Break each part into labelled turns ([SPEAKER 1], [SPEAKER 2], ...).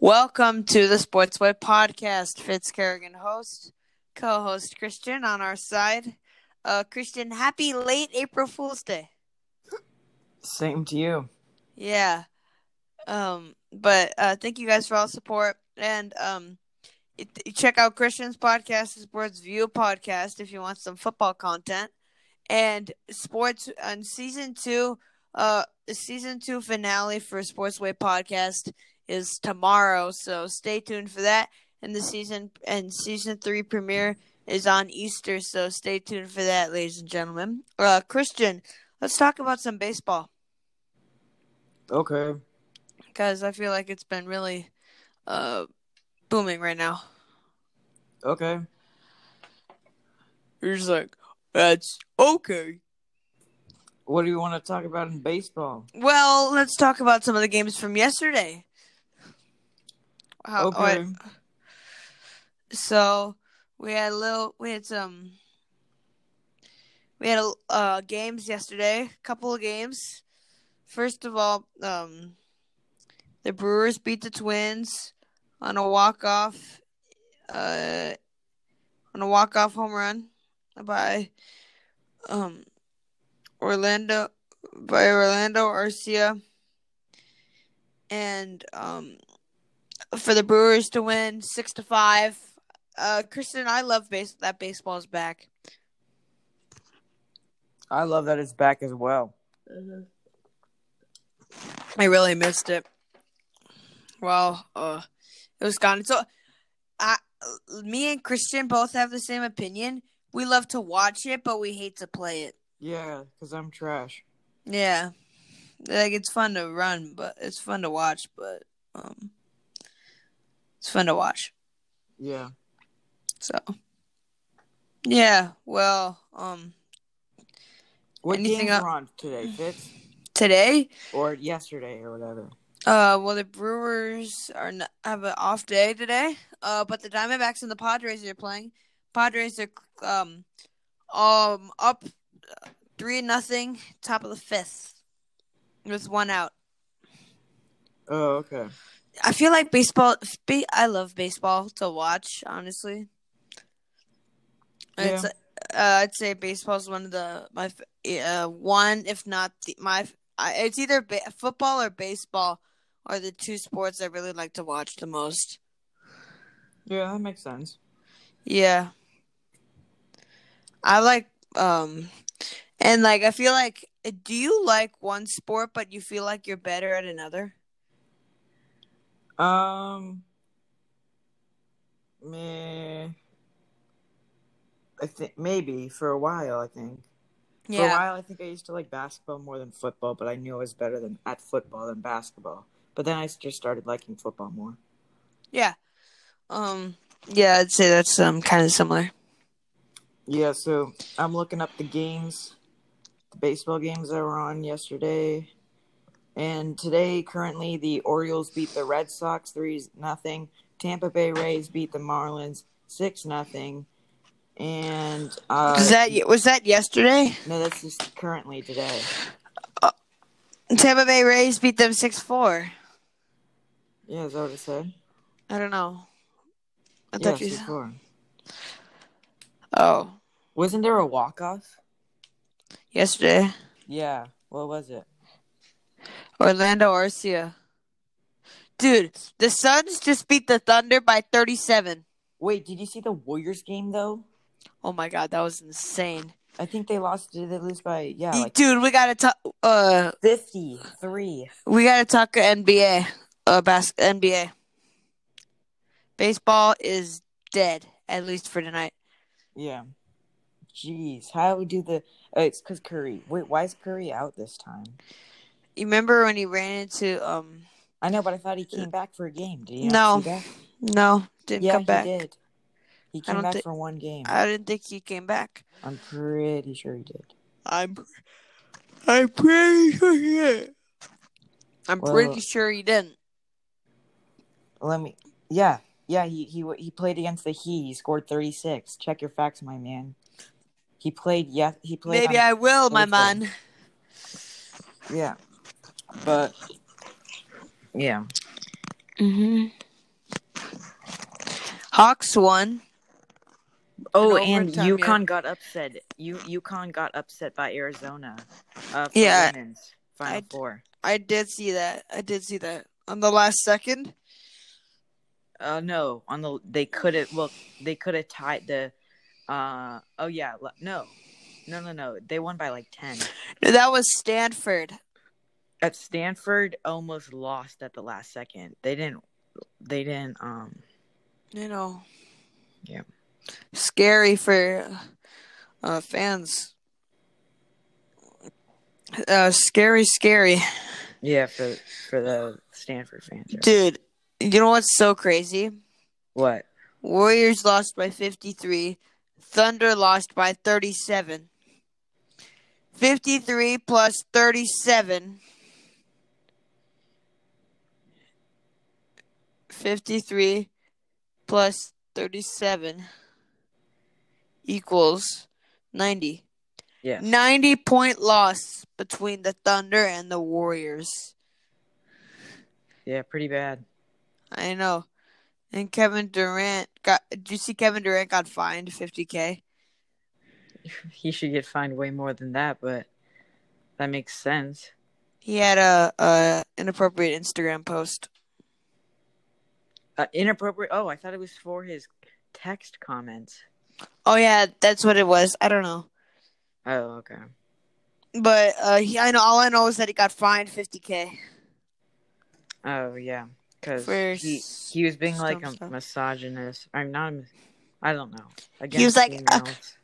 [SPEAKER 1] Welcome to the Sports Way Podcast. Fitz Kerrigan, host, co-host Christian on our side. Uh, Christian, happy late April Fool's Day.
[SPEAKER 2] Same to you.
[SPEAKER 1] Yeah. Um, but uh, thank you guys for all the support and um, it, it- check out Christian's podcast, the Sports View podcast, if you want some football content and sports on season two. Uh, the season two finale for Sportsway podcast is tomorrow, so stay tuned for that. And the season and season three premiere is on Easter, so stay tuned for that, ladies and gentlemen. Uh, Christian, let's talk about some baseball
[SPEAKER 2] Okay.
[SPEAKER 1] because I feel like it's been really uh, booming right now.
[SPEAKER 2] Okay.
[SPEAKER 1] You're just like, that's okay.
[SPEAKER 2] What do you want to talk about in baseball?
[SPEAKER 1] Well, let's talk about some of the games from yesterday. How,
[SPEAKER 2] okay.
[SPEAKER 1] what- so we had a little, we had some, we had a, uh, games yesterday, couple of games. First of all, um, the Brewers beat the Twins on a walk off, uh, on a walk off home run by, um, Orlando by Orlando Arcia and um for the Brewers to win six to five. Uh Kristen, I love base that baseball's back.
[SPEAKER 2] I love that it's back as well.
[SPEAKER 1] I really missed it. Well, uh it was gone. So I me and Christian both have the same opinion. We love to watch it, but we hate to play it.
[SPEAKER 2] Yeah, because I'm trash.
[SPEAKER 1] Yeah. Like it's fun to run, but it's fun to watch, but um it's fun to watch.
[SPEAKER 2] Yeah.
[SPEAKER 1] So yeah, well, um
[SPEAKER 2] What
[SPEAKER 1] Anything
[SPEAKER 2] games
[SPEAKER 1] up-
[SPEAKER 2] were on today, Fitz?
[SPEAKER 1] today,
[SPEAKER 2] Or yesterday or whatever.
[SPEAKER 1] uh well the Brewers are n have an off day today. Uh but the Diamondbacks and the Padres are playing. Padres are um um up 3 nothing top of the 5th with one out.
[SPEAKER 2] Oh, okay.
[SPEAKER 1] I feel like baseball ba- I love baseball to watch, honestly. It's uh, I'd say baseball's one of the my f- uh one if not the my I, it's either ba- football or baseball are the two sports I really like to watch the most.
[SPEAKER 2] Yeah, that makes sense.
[SPEAKER 1] Yeah. I like um and like I feel like uh, do you like one sport but you feel like you're better at another?
[SPEAKER 2] Um, meh, I think maybe for a while. I think for a while, I think I used to like basketball more than football, but I knew I was better than at football than basketball. But then I just started liking football more.
[SPEAKER 1] Yeah. Um yeah, I'd say that's um kind of similar.
[SPEAKER 2] Yeah, so I'm looking up the games, the baseball games that were on yesterday. And today, currently, the Orioles beat the Red Sox 3 nothing. Tampa Bay Rays beat the Marlins 6 nothing. And uh,
[SPEAKER 1] Was that was that yesterday?
[SPEAKER 2] no, that's just currently today.
[SPEAKER 1] Tampa Bay Rays beat them six four.
[SPEAKER 2] Yeah, is that what it said?
[SPEAKER 1] I don't know. I
[SPEAKER 2] Yes,
[SPEAKER 1] thought you. Said,
[SPEAKER 2] before.
[SPEAKER 1] oh,
[SPEAKER 2] Wasn't there a walk off?
[SPEAKER 1] yesterday
[SPEAKER 2] Yeah. What was it?
[SPEAKER 1] Orlando Arcia. Dude, the Suns just beat the Thunder by thirty seven.
[SPEAKER 2] Wait, did you see the Warriors game though?
[SPEAKER 1] Oh my god, that was insane.
[SPEAKER 2] I think they lost. Did they lose by yeah, like
[SPEAKER 1] Dude, we gotta talk. Uh,
[SPEAKER 2] fifty three?
[SPEAKER 1] we gotta talk NBA. Uh, bas- NBA. Baseball is dead, at least for tonight.
[SPEAKER 2] Yeah. Jeez, how do the? Oh, it's because Curry. Wait, why is Curry out this time?
[SPEAKER 1] You remember when he ran into um?
[SPEAKER 2] I know, but I thought he came back for a game. Did he?
[SPEAKER 1] No,
[SPEAKER 2] not see that?
[SPEAKER 1] No, didn't
[SPEAKER 2] yeah,
[SPEAKER 1] come
[SPEAKER 2] he
[SPEAKER 1] back.
[SPEAKER 2] did. He
[SPEAKER 1] don't
[SPEAKER 2] came back
[SPEAKER 1] thi-
[SPEAKER 2] for one game.
[SPEAKER 1] I didn't think he came back.
[SPEAKER 2] I'm pretty sure he did.
[SPEAKER 1] I'm I'm pretty sure he did. I'm
[SPEAKER 2] Well-
[SPEAKER 1] pretty sure he didn't.
[SPEAKER 2] Let me. Yeah, yeah. He he he played against the Heat. He scored 36. Check your facts, my man. He played. Yeah, he played.
[SPEAKER 1] Maybe
[SPEAKER 2] on-
[SPEAKER 1] I will, my
[SPEAKER 2] Thursday.
[SPEAKER 1] man.
[SPEAKER 2] Yeah, but yeah.
[SPEAKER 1] Mm-hmm. Hawks won.
[SPEAKER 2] Oh,
[SPEAKER 1] In
[SPEAKER 2] and
[SPEAKER 1] overtime, yeah.
[SPEAKER 2] UConn got upset. U UConn got upset by Arizona. Uh, for
[SPEAKER 1] Yeah.
[SPEAKER 2] women's Final
[SPEAKER 1] I'd-
[SPEAKER 2] four.
[SPEAKER 1] I did see that. I did see that on the last second.
[SPEAKER 2] Uh, no, on the they could have. Well, they could have tied the. Uh oh yeah le- no, no no no they won by like ten.
[SPEAKER 1] That was Stanford.
[SPEAKER 2] At Stanford, almost lost at the last second. They didn't. They didn't. Um.
[SPEAKER 1] You know.
[SPEAKER 2] Yeah.
[SPEAKER 1] Scary for uh, fans. Uh, scary, scary.
[SPEAKER 2] Yeah, for for the Stanford fans. right?
[SPEAKER 1] Dude, you know what's so crazy?
[SPEAKER 2] What?
[SPEAKER 1] Warriors lost by 53. Thunder lost by 37. 53 plus 37. 53 plus 37 equals 90.
[SPEAKER 2] Yeah.
[SPEAKER 1] 90 point loss between the Thunder and the Warriors.
[SPEAKER 2] Yeah, pretty bad.
[SPEAKER 1] I know. And Kevin Durant got. Did you see Kevin Durant got fined 50k?
[SPEAKER 2] He should get fined way more than that, but that makes sense.
[SPEAKER 1] He had a, a inappropriate Instagram post.
[SPEAKER 2] Uh, inappropriate. Oh, I thought it was for his text comments.
[SPEAKER 1] Oh yeah, that's what it was. I don't know,
[SPEAKER 2] Oh, okay.
[SPEAKER 1] but uh, he, I know all I know is that he got fined 50k.
[SPEAKER 2] Oh, yeah. Because
[SPEAKER 1] For
[SPEAKER 2] he,
[SPEAKER 1] s-
[SPEAKER 2] he was being like a
[SPEAKER 1] some stuff.
[SPEAKER 2] misogynist. I'm not. a mis- I don't know.
[SPEAKER 1] was
[SPEAKER 2] Against
[SPEAKER 1] like, uh,
[SPEAKER 2] females.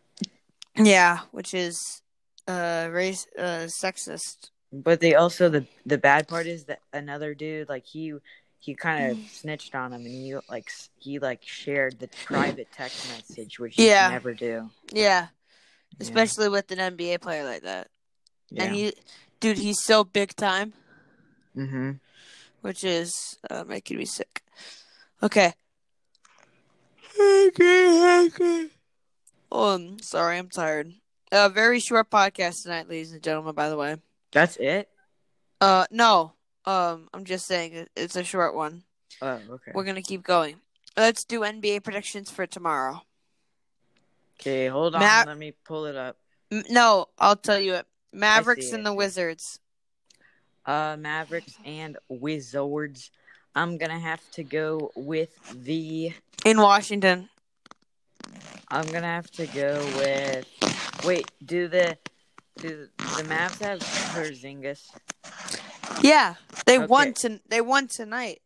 [SPEAKER 1] Yeah, which is uh race uh sexist.
[SPEAKER 2] but they also the the bad part is that another dude like he he kind of
[SPEAKER 1] Mm.
[SPEAKER 2] snitched on him and he like s- he like shared the private text message which you
[SPEAKER 1] Yeah.
[SPEAKER 2] should never do.
[SPEAKER 1] Yeah,
[SPEAKER 2] Yeah.
[SPEAKER 1] especially with an NBA player like that.
[SPEAKER 2] Yeah.
[SPEAKER 1] And he, dude, he's so big time,
[SPEAKER 2] mm-hmm.
[SPEAKER 1] which is uh, making me sick. Okay. Okay, okay. Oh, I'm sorry, I'm tired. A very short podcast tonight, ladies and gentlemen. By the way,
[SPEAKER 2] That's it.
[SPEAKER 1] uh, no, um, I'm just saying it- it's a short one.
[SPEAKER 2] Oh, okay.
[SPEAKER 1] We're gonna keep going. Let's do NBA predictions for tomorrow.
[SPEAKER 2] Okay, hold on.
[SPEAKER 1] Matt-
[SPEAKER 2] Let me pull it up.
[SPEAKER 1] M- no, I'll tell you it. Mavericks
[SPEAKER 2] see,
[SPEAKER 1] and
[SPEAKER 2] I
[SPEAKER 1] the
[SPEAKER 2] see.
[SPEAKER 1] Wizards.
[SPEAKER 2] Uh, Mavericks and Wizards. I'm gonna have to go with the.
[SPEAKER 1] In Washington,
[SPEAKER 2] I'm gonna have to go with. Wait, do the do the Mavs have Porzingis
[SPEAKER 1] yeah, they
[SPEAKER 2] Okay.
[SPEAKER 1] won. To, they won tonight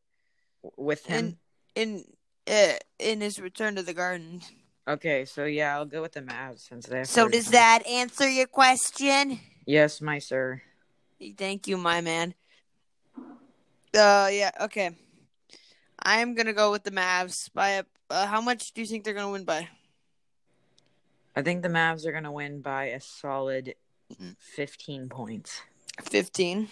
[SPEAKER 2] with him?
[SPEAKER 1] in uh, in his return to the Garden.
[SPEAKER 2] okay, so yeah, I'll go with the Mavs since they. Have
[SPEAKER 1] So does
[SPEAKER 2] Porzingis.
[SPEAKER 1] that answer your question?
[SPEAKER 2] Yes, my sir.
[SPEAKER 1] Thank you, my man. Uh, yeah, okay. I am gonna go with the Mavs by a. Uh, how much do you think they're gonna win by?
[SPEAKER 2] I think the Mavs are gonna win by a solid
[SPEAKER 1] Mhm.
[SPEAKER 2] 15 points
[SPEAKER 1] Fifteen.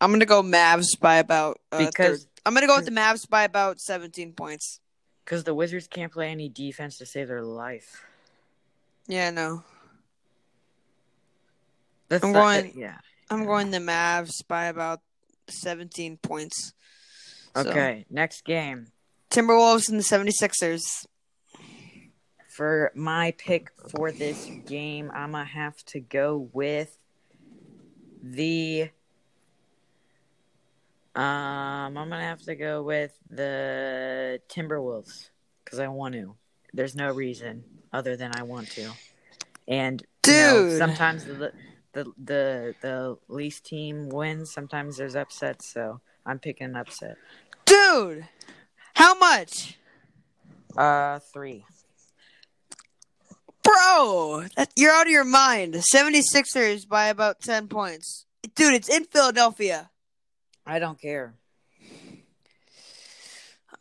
[SPEAKER 1] I'm gonna go Mavs by about. Uh,
[SPEAKER 2] because
[SPEAKER 1] because I'm gonna go with the Mavs by about seventeen points.
[SPEAKER 2] because the Wizards can't play any defense to save their life.
[SPEAKER 1] Yeah, no,
[SPEAKER 2] That's
[SPEAKER 1] I'm
[SPEAKER 2] not-
[SPEAKER 1] going-
[SPEAKER 2] yeah.
[SPEAKER 1] I'm going the Mavs by about seventeen points. So,
[SPEAKER 2] Okay, next game.
[SPEAKER 1] Timberwolves and the 76ers.
[SPEAKER 2] For my pick for this game, I'm going to have to go with the. Um, I'm going to have to go with the Timberwolves because I want to. There's no reason other than I want to. And you know,
[SPEAKER 1] Dude.
[SPEAKER 2] sometimes the, the the the least team wins, sometimes there's upsets, so I'm picking an upset.
[SPEAKER 1] Dude, how much?
[SPEAKER 2] Uh 3.
[SPEAKER 1] Bro, that, you're out of your mind. 76ers by about 10 points. Dude, it's in Philadelphia.
[SPEAKER 2] I don't care.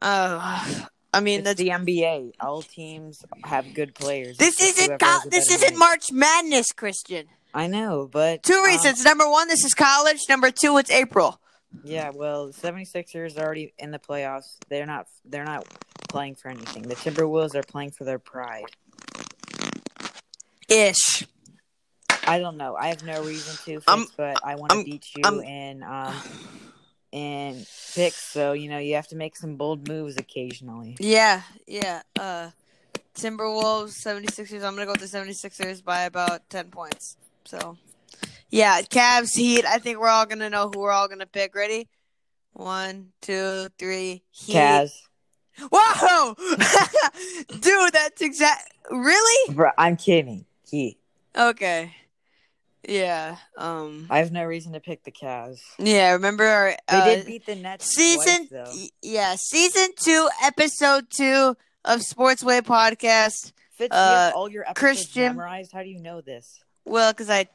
[SPEAKER 1] Uh, I mean,
[SPEAKER 2] It's
[SPEAKER 1] that's,
[SPEAKER 2] the NBA. All teams have good players.
[SPEAKER 1] this
[SPEAKER 2] It's just
[SPEAKER 1] isn't
[SPEAKER 2] whoever has
[SPEAKER 1] col-
[SPEAKER 2] a
[SPEAKER 1] this
[SPEAKER 2] better
[SPEAKER 1] isn't
[SPEAKER 2] team.
[SPEAKER 1] March Madness, Christian.
[SPEAKER 2] I know, but
[SPEAKER 1] Two
[SPEAKER 2] um,
[SPEAKER 1] reasons. Number one, this is college. Number two, it's April.
[SPEAKER 2] yeah, well, the 76ers are already in the playoffs. They're not. They're not playing for anything. The Timberwolves are playing for their pride.
[SPEAKER 1] Ish.
[SPEAKER 2] I don't know. I have no reason to,
[SPEAKER 1] I'm-
[SPEAKER 2] Fitz, but I want to
[SPEAKER 1] I'm-
[SPEAKER 2] beat you
[SPEAKER 1] I'm-
[SPEAKER 2] in um, and picks. So you know you have to make some bold moves occasionally.
[SPEAKER 1] Yeah, yeah. Uh, Timberwolves, 76ers. I'm going to go with the 76ers by about 10 points. So, yeah, Cavs, Heat. I think we're all going to know who we're all going to pick. Ready? One, two, three. Heat.
[SPEAKER 2] Cavs,
[SPEAKER 1] Whoa! Dude, that's exact. Really?
[SPEAKER 2] bro, I'm kidding. Heat.
[SPEAKER 1] Okay. Yeah. Um.
[SPEAKER 2] I have no reason to pick the Cavs.
[SPEAKER 1] Yeah, remember our.
[SPEAKER 2] They
[SPEAKER 1] Uh,
[SPEAKER 2] did beat the Nets.
[SPEAKER 1] season
[SPEAKER 2] twice, though.
[SPEAKER 1] y- yeah season two episode two of sportsway podcast
[SPEAKER 2] Fitz, you
[SPEAKER 1] uh,
[SPEAKER 2] have all your episodes
[SPEAKER 1] Christian-
[SPEAKER 2] memorized. How do you know this?
[SPEAKER 1] well because i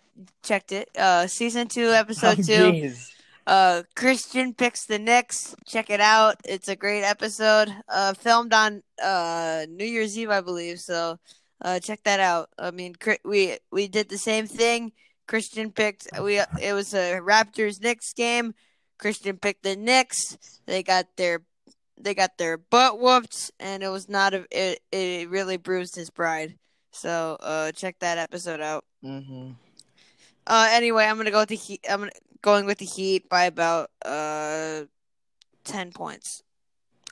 [SPEAKER 1] checked it uh season two episode two
[SPEAKER 2] Oh, jeez.
[SPEAKER 1] uh christian picks the Knicks. check it out it's a great episode uh filmed on uh new year's eve i believe so uh check that out i mean Chri- we we did the same thing christian picked we it was a raptors Knicks game christian picked the Knicks. they got their they got their butt whooped and it was not a it, it really bruised his pride so uh check that episode out
[SPEAKER 2] Mhm.
[SPEAKER 1] uh, anyway, I'm gonna go with the heat. I'm gonna, going with the Heat by about uh ten points.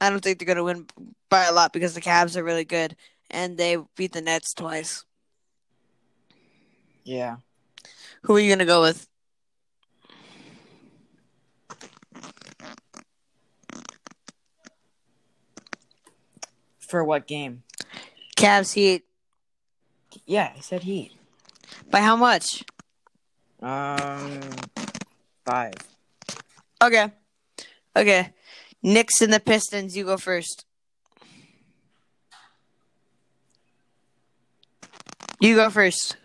[SPEAKER 1] I don't think they're gonna win by a lot because the Cavs are really good and they beat the Nets twice.
[SPEAKER 2] Yeah.
[SPEAKER 1] Who are you gonna go with?
[SPEAKER 2] For what game?
[SPEAKER 1] Cavs Heat
[SPEAKER 2] Yeah, I said Heat.
[SPEAKER 1] by how much?
[SPEAKER 2] Um, five.
[SPEAKER 1] Okay, okay. Knicks and the Pistons. You go first. You go first.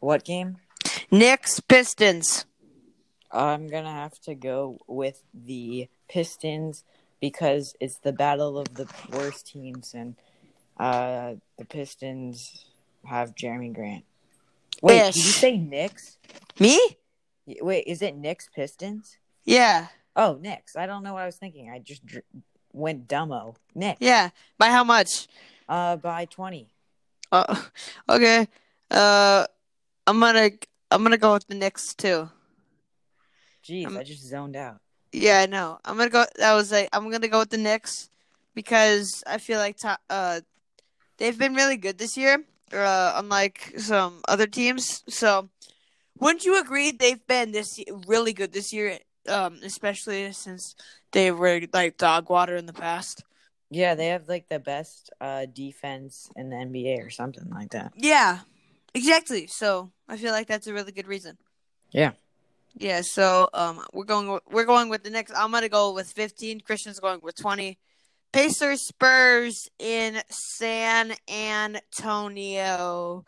[SPEAKER 2] What game?
[SPEAKER 1] Knicks Pistons.
[SPEAKER 2] I'm gonna have to go with the Pistons because it's the battle of the worst teams, and uh, the Pistons have Jeremy Grant. Wait, did you
[SPEAKER 1] Ish.
[SPEAKER 2] say Knicks?
[SPEAKER 1] Me?
[SPEAKER 2] Y- Wait, is it Knicks Pistons?
[SPEAKER 1] Yeah,
[SPEAKER 2] Oh, Knicks. I don't know what I was thinking. I just dr- went dumbo. Knicks.
[SPEAKER 1] yeah. By how much?
[SPEAKER 2] Uh, by twenty.
[SPEAKER 1] Uh, okay. Uh, I'm gonna I'm gonna go with the Knicks too.
[SPEAKER 2] Jeez,
[SPEAKER 1] Um,
[SPEAKER 2] I just zoned out.
[SPEAKER 1] Yeah, I know. I'm gonna go. That was like I'm gonna go with the Knicks because I feel like to, uh they've been really good this year, uh, unlike some other teams. So, wouldn't you agree they've been this y- really good this year? Um, especially since they were like dog water in the past.
[SPEAKER 2] Yeah, they have like the best uh defense in the NBA or something like that.
[SPEAKER 1] Yeah, exactly. So I feel like that's a really good reason.
[SPEAKER 2] Yeah.
[SPEAKER 1] Yeah. So um, we're going with- we're going with the next. I'm gonna go with 15. Christian's going with 20. Pacers Spurs in San Antonio.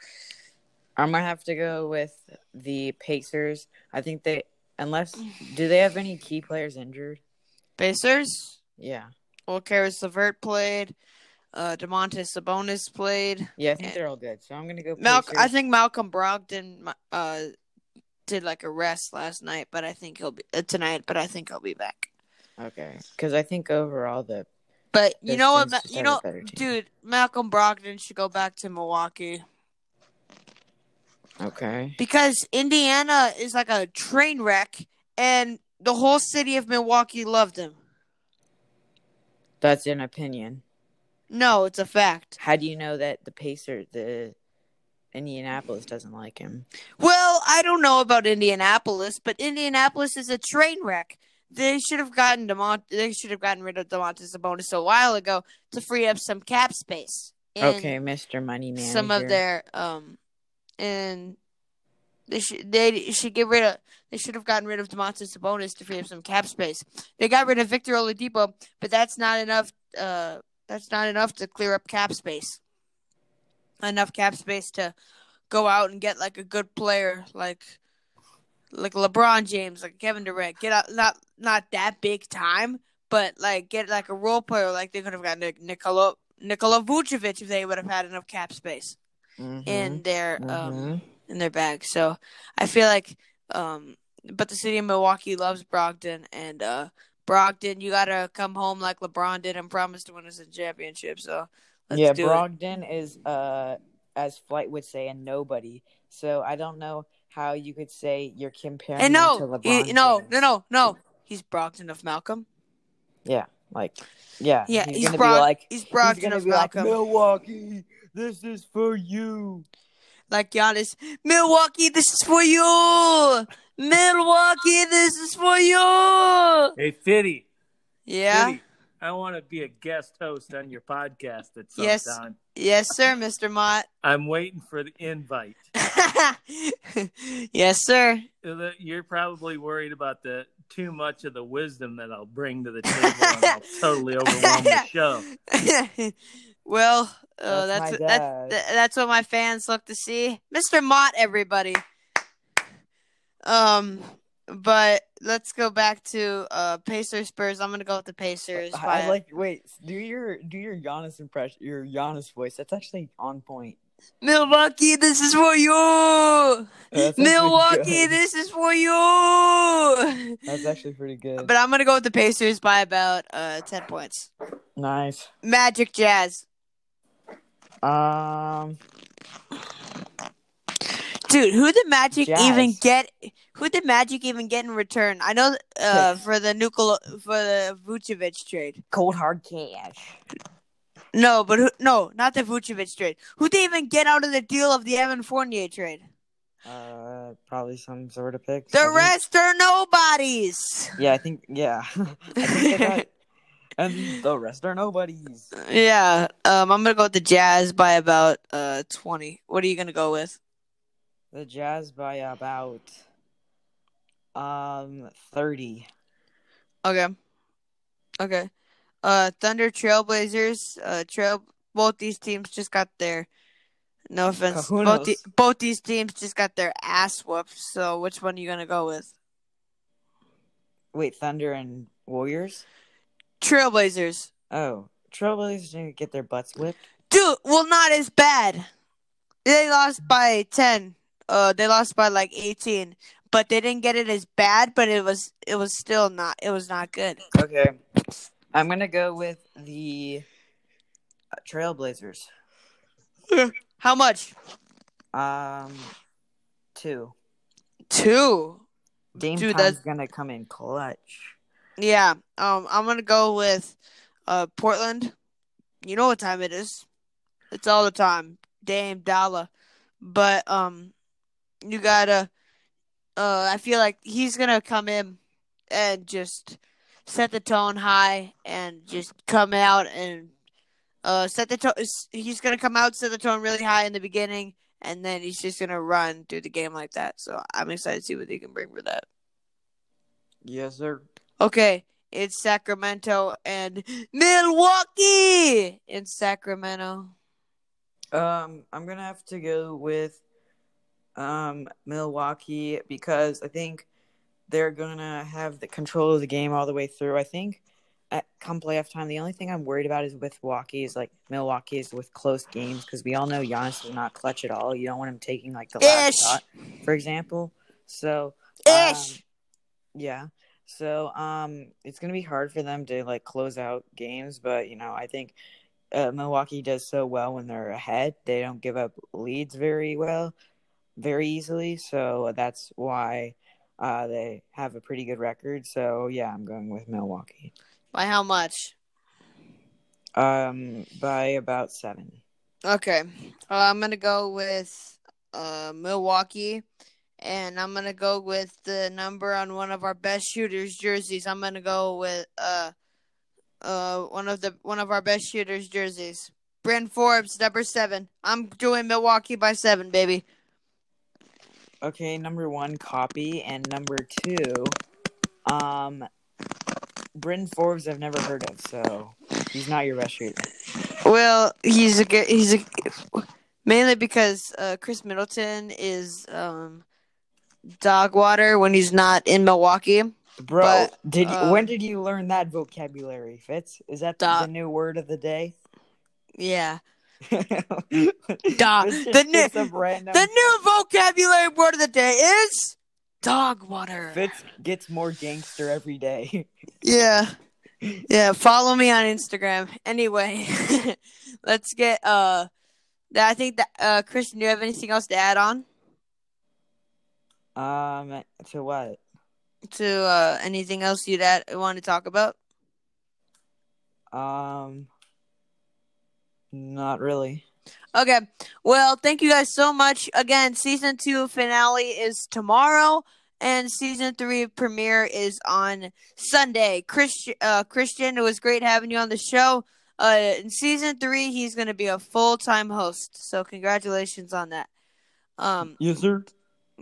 [SPEAKER 2] I'm gonna have to go with the Pacers. I think they, unless do they have any key players injured?
[SPEAKER 1] Pacers.
[SPEAKER 2] Yeah,
[SPEAKER 1] Well, Karis LeVert played. Uh, Demontis Sabonis played.
[SPEAKER 2] yeah, I think they're all good. So I'm gonna go.
[SPEAKER 1] Malcolm. Eh. I
[SPEAKER 2] Pacers.
[SPEAKER 1] think Malcolm Brogdon uh did like a rest last night, but I think he'll be uh, tonight. But I think he'll be back.
[SPEAKER 2] okay, because I think overall the
[SPEAKER 1] But you know what? Ma-
[SPEAKER 2] Pistons
[SPEAKER 1] You
[SPEAKER 2] are
[SPEAKER 1] know,
[SPEAKER 2] the better team.
[SPEAKER 1] dude, Malcolm Brogdon should go back to Milwaukee
[SPEAKER 2] okay,
[SPEAKER 1] because Indiana is like a train wreck, and the whole city of Milwaukee loved him.
[SPEAKER 2] that's an opinion.
[SPEAKER 1] No, it's a fact.
[SPEAKER 2] How do you know that the Pacers, the Indianapolis doesn't like him?
[SPEAKER 1] Well, I don't know about Indianapolis, but Indianapolis is a train wreck. They should have gotten Demont. They should have gotten rid of Demontis Sabonis a while ago to free up some cap space. And
[SPEAKER 2] okay, Mr. Money Man.
[SPEAKER 1] some of their um and they should they should get rid of they should have gotten rid of Demontis Sabonis to free up some cap space. They got rid of Victor Oladipo, but that's not enough. Uh, that's not enough to clear up cap space. Enough cap space to go out and get like a good player like like LeBron James, like Kevin Durant. Get out not not that big time, but like get like a role player. Like they could have gotten like Nikola Nikola Vucevic if they would have had enough cap space
[SPEAKER 2] Mm-hmm.
[SPEAKER 1] in their um in their bag. So I feel like um but the city of Milwaukee loves Brogdon and uh Brogdon, you gotta come home like LeBron did and promise to win us a championship. So let's
[SPEAKER 2] yeah,
[SPEAKER 1] do it.
[SPEAKER 2] Brogdon is uh as Flight would say, a nobody. So I don't know how you could say you're comparing
[SPEAKER 1] And
[SPEAKER 2] him
[SPEAKER 1] no,
[SPEAKER 2] to LeBron.
[SPEAKER 1] he- no,
[SPEAKER 2] James.
[SPEAKER 1] no, no, no. he's Brogdon of Malcolm.
[SPEAKER 2] Yeah, like yeah,
[SPEAKER 1] Yeah,
[SPEAKER 2] he's,
[SPEAKER 1] he's
[SPEAKER 2] gonna
[SPEAKER 1] Brog-
[SPEAKER 2] be like
[SPEAKER 1] He's
[SPEAKER 2] he's
[SPEAKER 1] Brogdon
[SPEAKER 2] gonna
[SPEAKER 1] of
[SPEAKER 2] be like
[SPEAKER 1] Malcolm.
[SPEAKER 2] Milwaukee. This is for you.
[SPEAKER 1] like Giannis, Milwaukee, this is for you. Milwaukee, this is for you.
[SPEAKER 3] Hey, Fitty.
[SPEAKER 1] Yeah.
[SPEAKER 3] Fitty, I want to be a guest host on your podcast at some
[SPEAKER 1] Yes.
[SPEAKER 3] time.
[SPEAKER 1] Yes, sir, Mr. Mott.
[SPEAKER 3] I'm waiting for the invite. Uh,
[SPEAKER 1] yes, sir.
[SPEAKER 3] You're probably worried about the too much of the wisdom that I'll bring to the table, and I'll totally overwhelm the show.
[SPEAKER 1] well, uh, that's
[SPEAKER 2] That's
[SPEAKER 1] that's,
[SPEAKER 2] my
[SPEAKER 1] that's
[SPEAKER 2] dad.
[SPEAKER 1] that's what my fans look to see, Mr. Mott. Everybody. Um, but let's go back to uh Pacers Spurs. I'm gonna go with the Pacers.
[SPEAKER 2] I
[SPEAKER 1] by-
[SPEAKER 2] like wait, do your do your Giannis impression your Giannis voice. That's actually on point.
[SPEAKER 1] Milwaukee, this is for you.
[SPEAKER 2] That's actually
[SPEAKER 1] Milwaukee,
[SPEAKER 2] good.
[SPEAKER 1] this is for you.
[SPEAKER 2] That's actually pretty good.
[SPEAKER 1] But I'm gonna go with the Pacers by about uh ten points.
[SPEAKER 2] nice.
[SPEAKER 1] Magic Jazz,
[SPEAKER 2] Um
[SPEAKER 1] dude. Who did Magic
[SPEAKER 2] Jazz.
[SPEAKER 1] even get? Who did Magic even get in return? I know uh
[SPEAKER 2] Picks.
[SPEAKER 1] for the Nikola for the Vucevic trade.
[SPEAKER 2] cold hard cash.
[SPEAKER 1] No, but who, no, not the Vucevic trade. Who did even get out of the deal of the Evan Fournier trade?
[SPEAKER 2] Uh probably some sort of pick.
[SPEAKER 1] The
[SPEAKER 2] I think-
[SPEAKER 1] rest are nobodies.
[SPEAKER 2] Yeah, I think yeah. I think they got- and the rest are nobodies.
[SPEAKER 1] Yeah, um, I'm gonna go with the Jazz by about uh 20. What are you gonna go with?
[SPEAKER 2] The Jazz by about um thirty.
[SPEAKER 1] Okay, okay. Uh, Thunder Trailblazers. Uh, trail. Both these teams just got their. No offense.
[SPEAKER 2] Kahunas.
[SPEAKER 1] Both, the, both these teams just got their ass whooped. So which one are you gonna go with?
[SPEAKER 2] Wait, Thunder and Warriors?
[SPEAKER 1] Trailblazers.
[SPEAKER 2] Oh. Trailblazers didn't get their butts whipped.
[SPEAKER 1] Dude, well, not as bad. They lost by ten. Uh, they lost by like eighteen, but they didn't get it as bad. But it was, it was still not. It was not good.
[SPEAKER 2] Okay. I'm gonna go with the uh, Trailblazers.
[SPEAKER 1] How much?
[SPEAKER 2] Um two.
[SPEAKER 1] Two.
[SPEAKER 2] Dame
[SPEAKER 1] Dude,
[SPEAKER 2] Dude,
[SPEAKER 1] that's-
[SPEAKER 2] Time's gonna come in clutch.
[SPEAKER 1] Yeah. Um, I'm gonna go with uh Portland. You know what time it is. It's all the time. Dame Dalla. But um you gotta uh I feel like he's gonna come in and just set the tone high and just come out and uh set the tone he's gonna come out, set the tone really high in the beginning, and then he's just gonna run through the game like that. So I'm excited to see what he can bring for that.
[SPEAKER 2] Yes, sir.
[SPEAKER 1] Okay, it's Sacramento and Milwaukee in Sacramento.
[SPEAKER 2] Um, I'm gonna have to go with um Milwaukee because I think they're gonna have the control of the game all the way through. I think at come playoff time, the only thing I'm worried about is with Milwaukee is like Milwaukee is with close games because we all know Giannis is not clutch at all. You don't want him taking like the last
[SPEAKER 1] Ish.
[SPEAKER 2] shot, for example. So um,
[SPEAKER 1] Ish.
[SPEAKER 2] yeah. So um it's going to be hard for them to like close out games, but you know, I think uh, Milwaukee does so well when they're ahead. They don't give up leads very well, very easily, so that's why uh they have a pretty good record. So yeah, I'm going with Milwaukee.
[SPEAKER 1] By how much?
[SPEAKER 2] Um by about 7.
[SPEAKER 1] Okay, uh, I'm gonna go with uh Milwaukee, and I'm gonna go with the number on one of our best shooters' jerseys. I'm gonna go with uh uh one of the one of our best shooters' jerseys. Bryn Forbes, number seven. I'm doing Milwaukee by seven, baby.
[SPEAKER 2] Okay, number 1 copy and number 2 um Bryn Forbes I've never heard of, so he's not your best shooter.
[SPEAKER 1] Well, he's a good. He's a mainly because uh, Chris Middleton is um, dog water when he's not in Milwaukee.
[SPEAKER 2] Bro,
[SPEAKER 1] But,
[SPEAKER 2] did you,
[SPEAKER 1] um,
[SPEAKER 2] when did you learn that vocabulary, Fitz? Is that
[SPEAKER 1] Dog.
[SPEAKER 2] the new word of the day?
[SPEAKER 1] Yeah,
[SPEAKER 2] dog.
[SPEAKER 1] the new-
[SPEAKER 2] random,
[SPEAKER 1] the new vocabulary word of the day is dog water.
[SPEAKER 2] Fitz gets more gangster every day.
[SPEAKER 1] Yeah. Yeah, follow me on Instagram. Anyway, let's get uh I think that uh Christian, do you have anything else to add on?
[SPEAKER 2] Um, to what?
[SPEAKER 1] to uh, anything else you'd add, want to talk about?
[SPEAKER 2] Um, not really.
[SPEAKER 1] Okay. Well, thank you guys so much. Again, season two finale is tomorrow, and season three premiere is on Sunday. Christian, uh, Christian, it was great having you on the show. Uh, in season three, he's going to be a full time host. So congratulations on that. Um,
[SPEAKER 2] Yes, sir.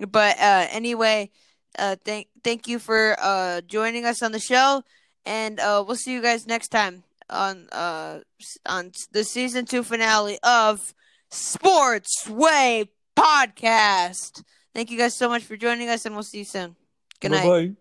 [SPEAKER 1] but uh, anyway, uh, thank thank you for uh joining us on the show, and uh, we'll see you guys next time on uh s- on s- the season two finale of Sports Way Podcast. Thank you guys so much for joining us, and we'll see you soon. Good night.
[SPEAKER 2] Bye-bye.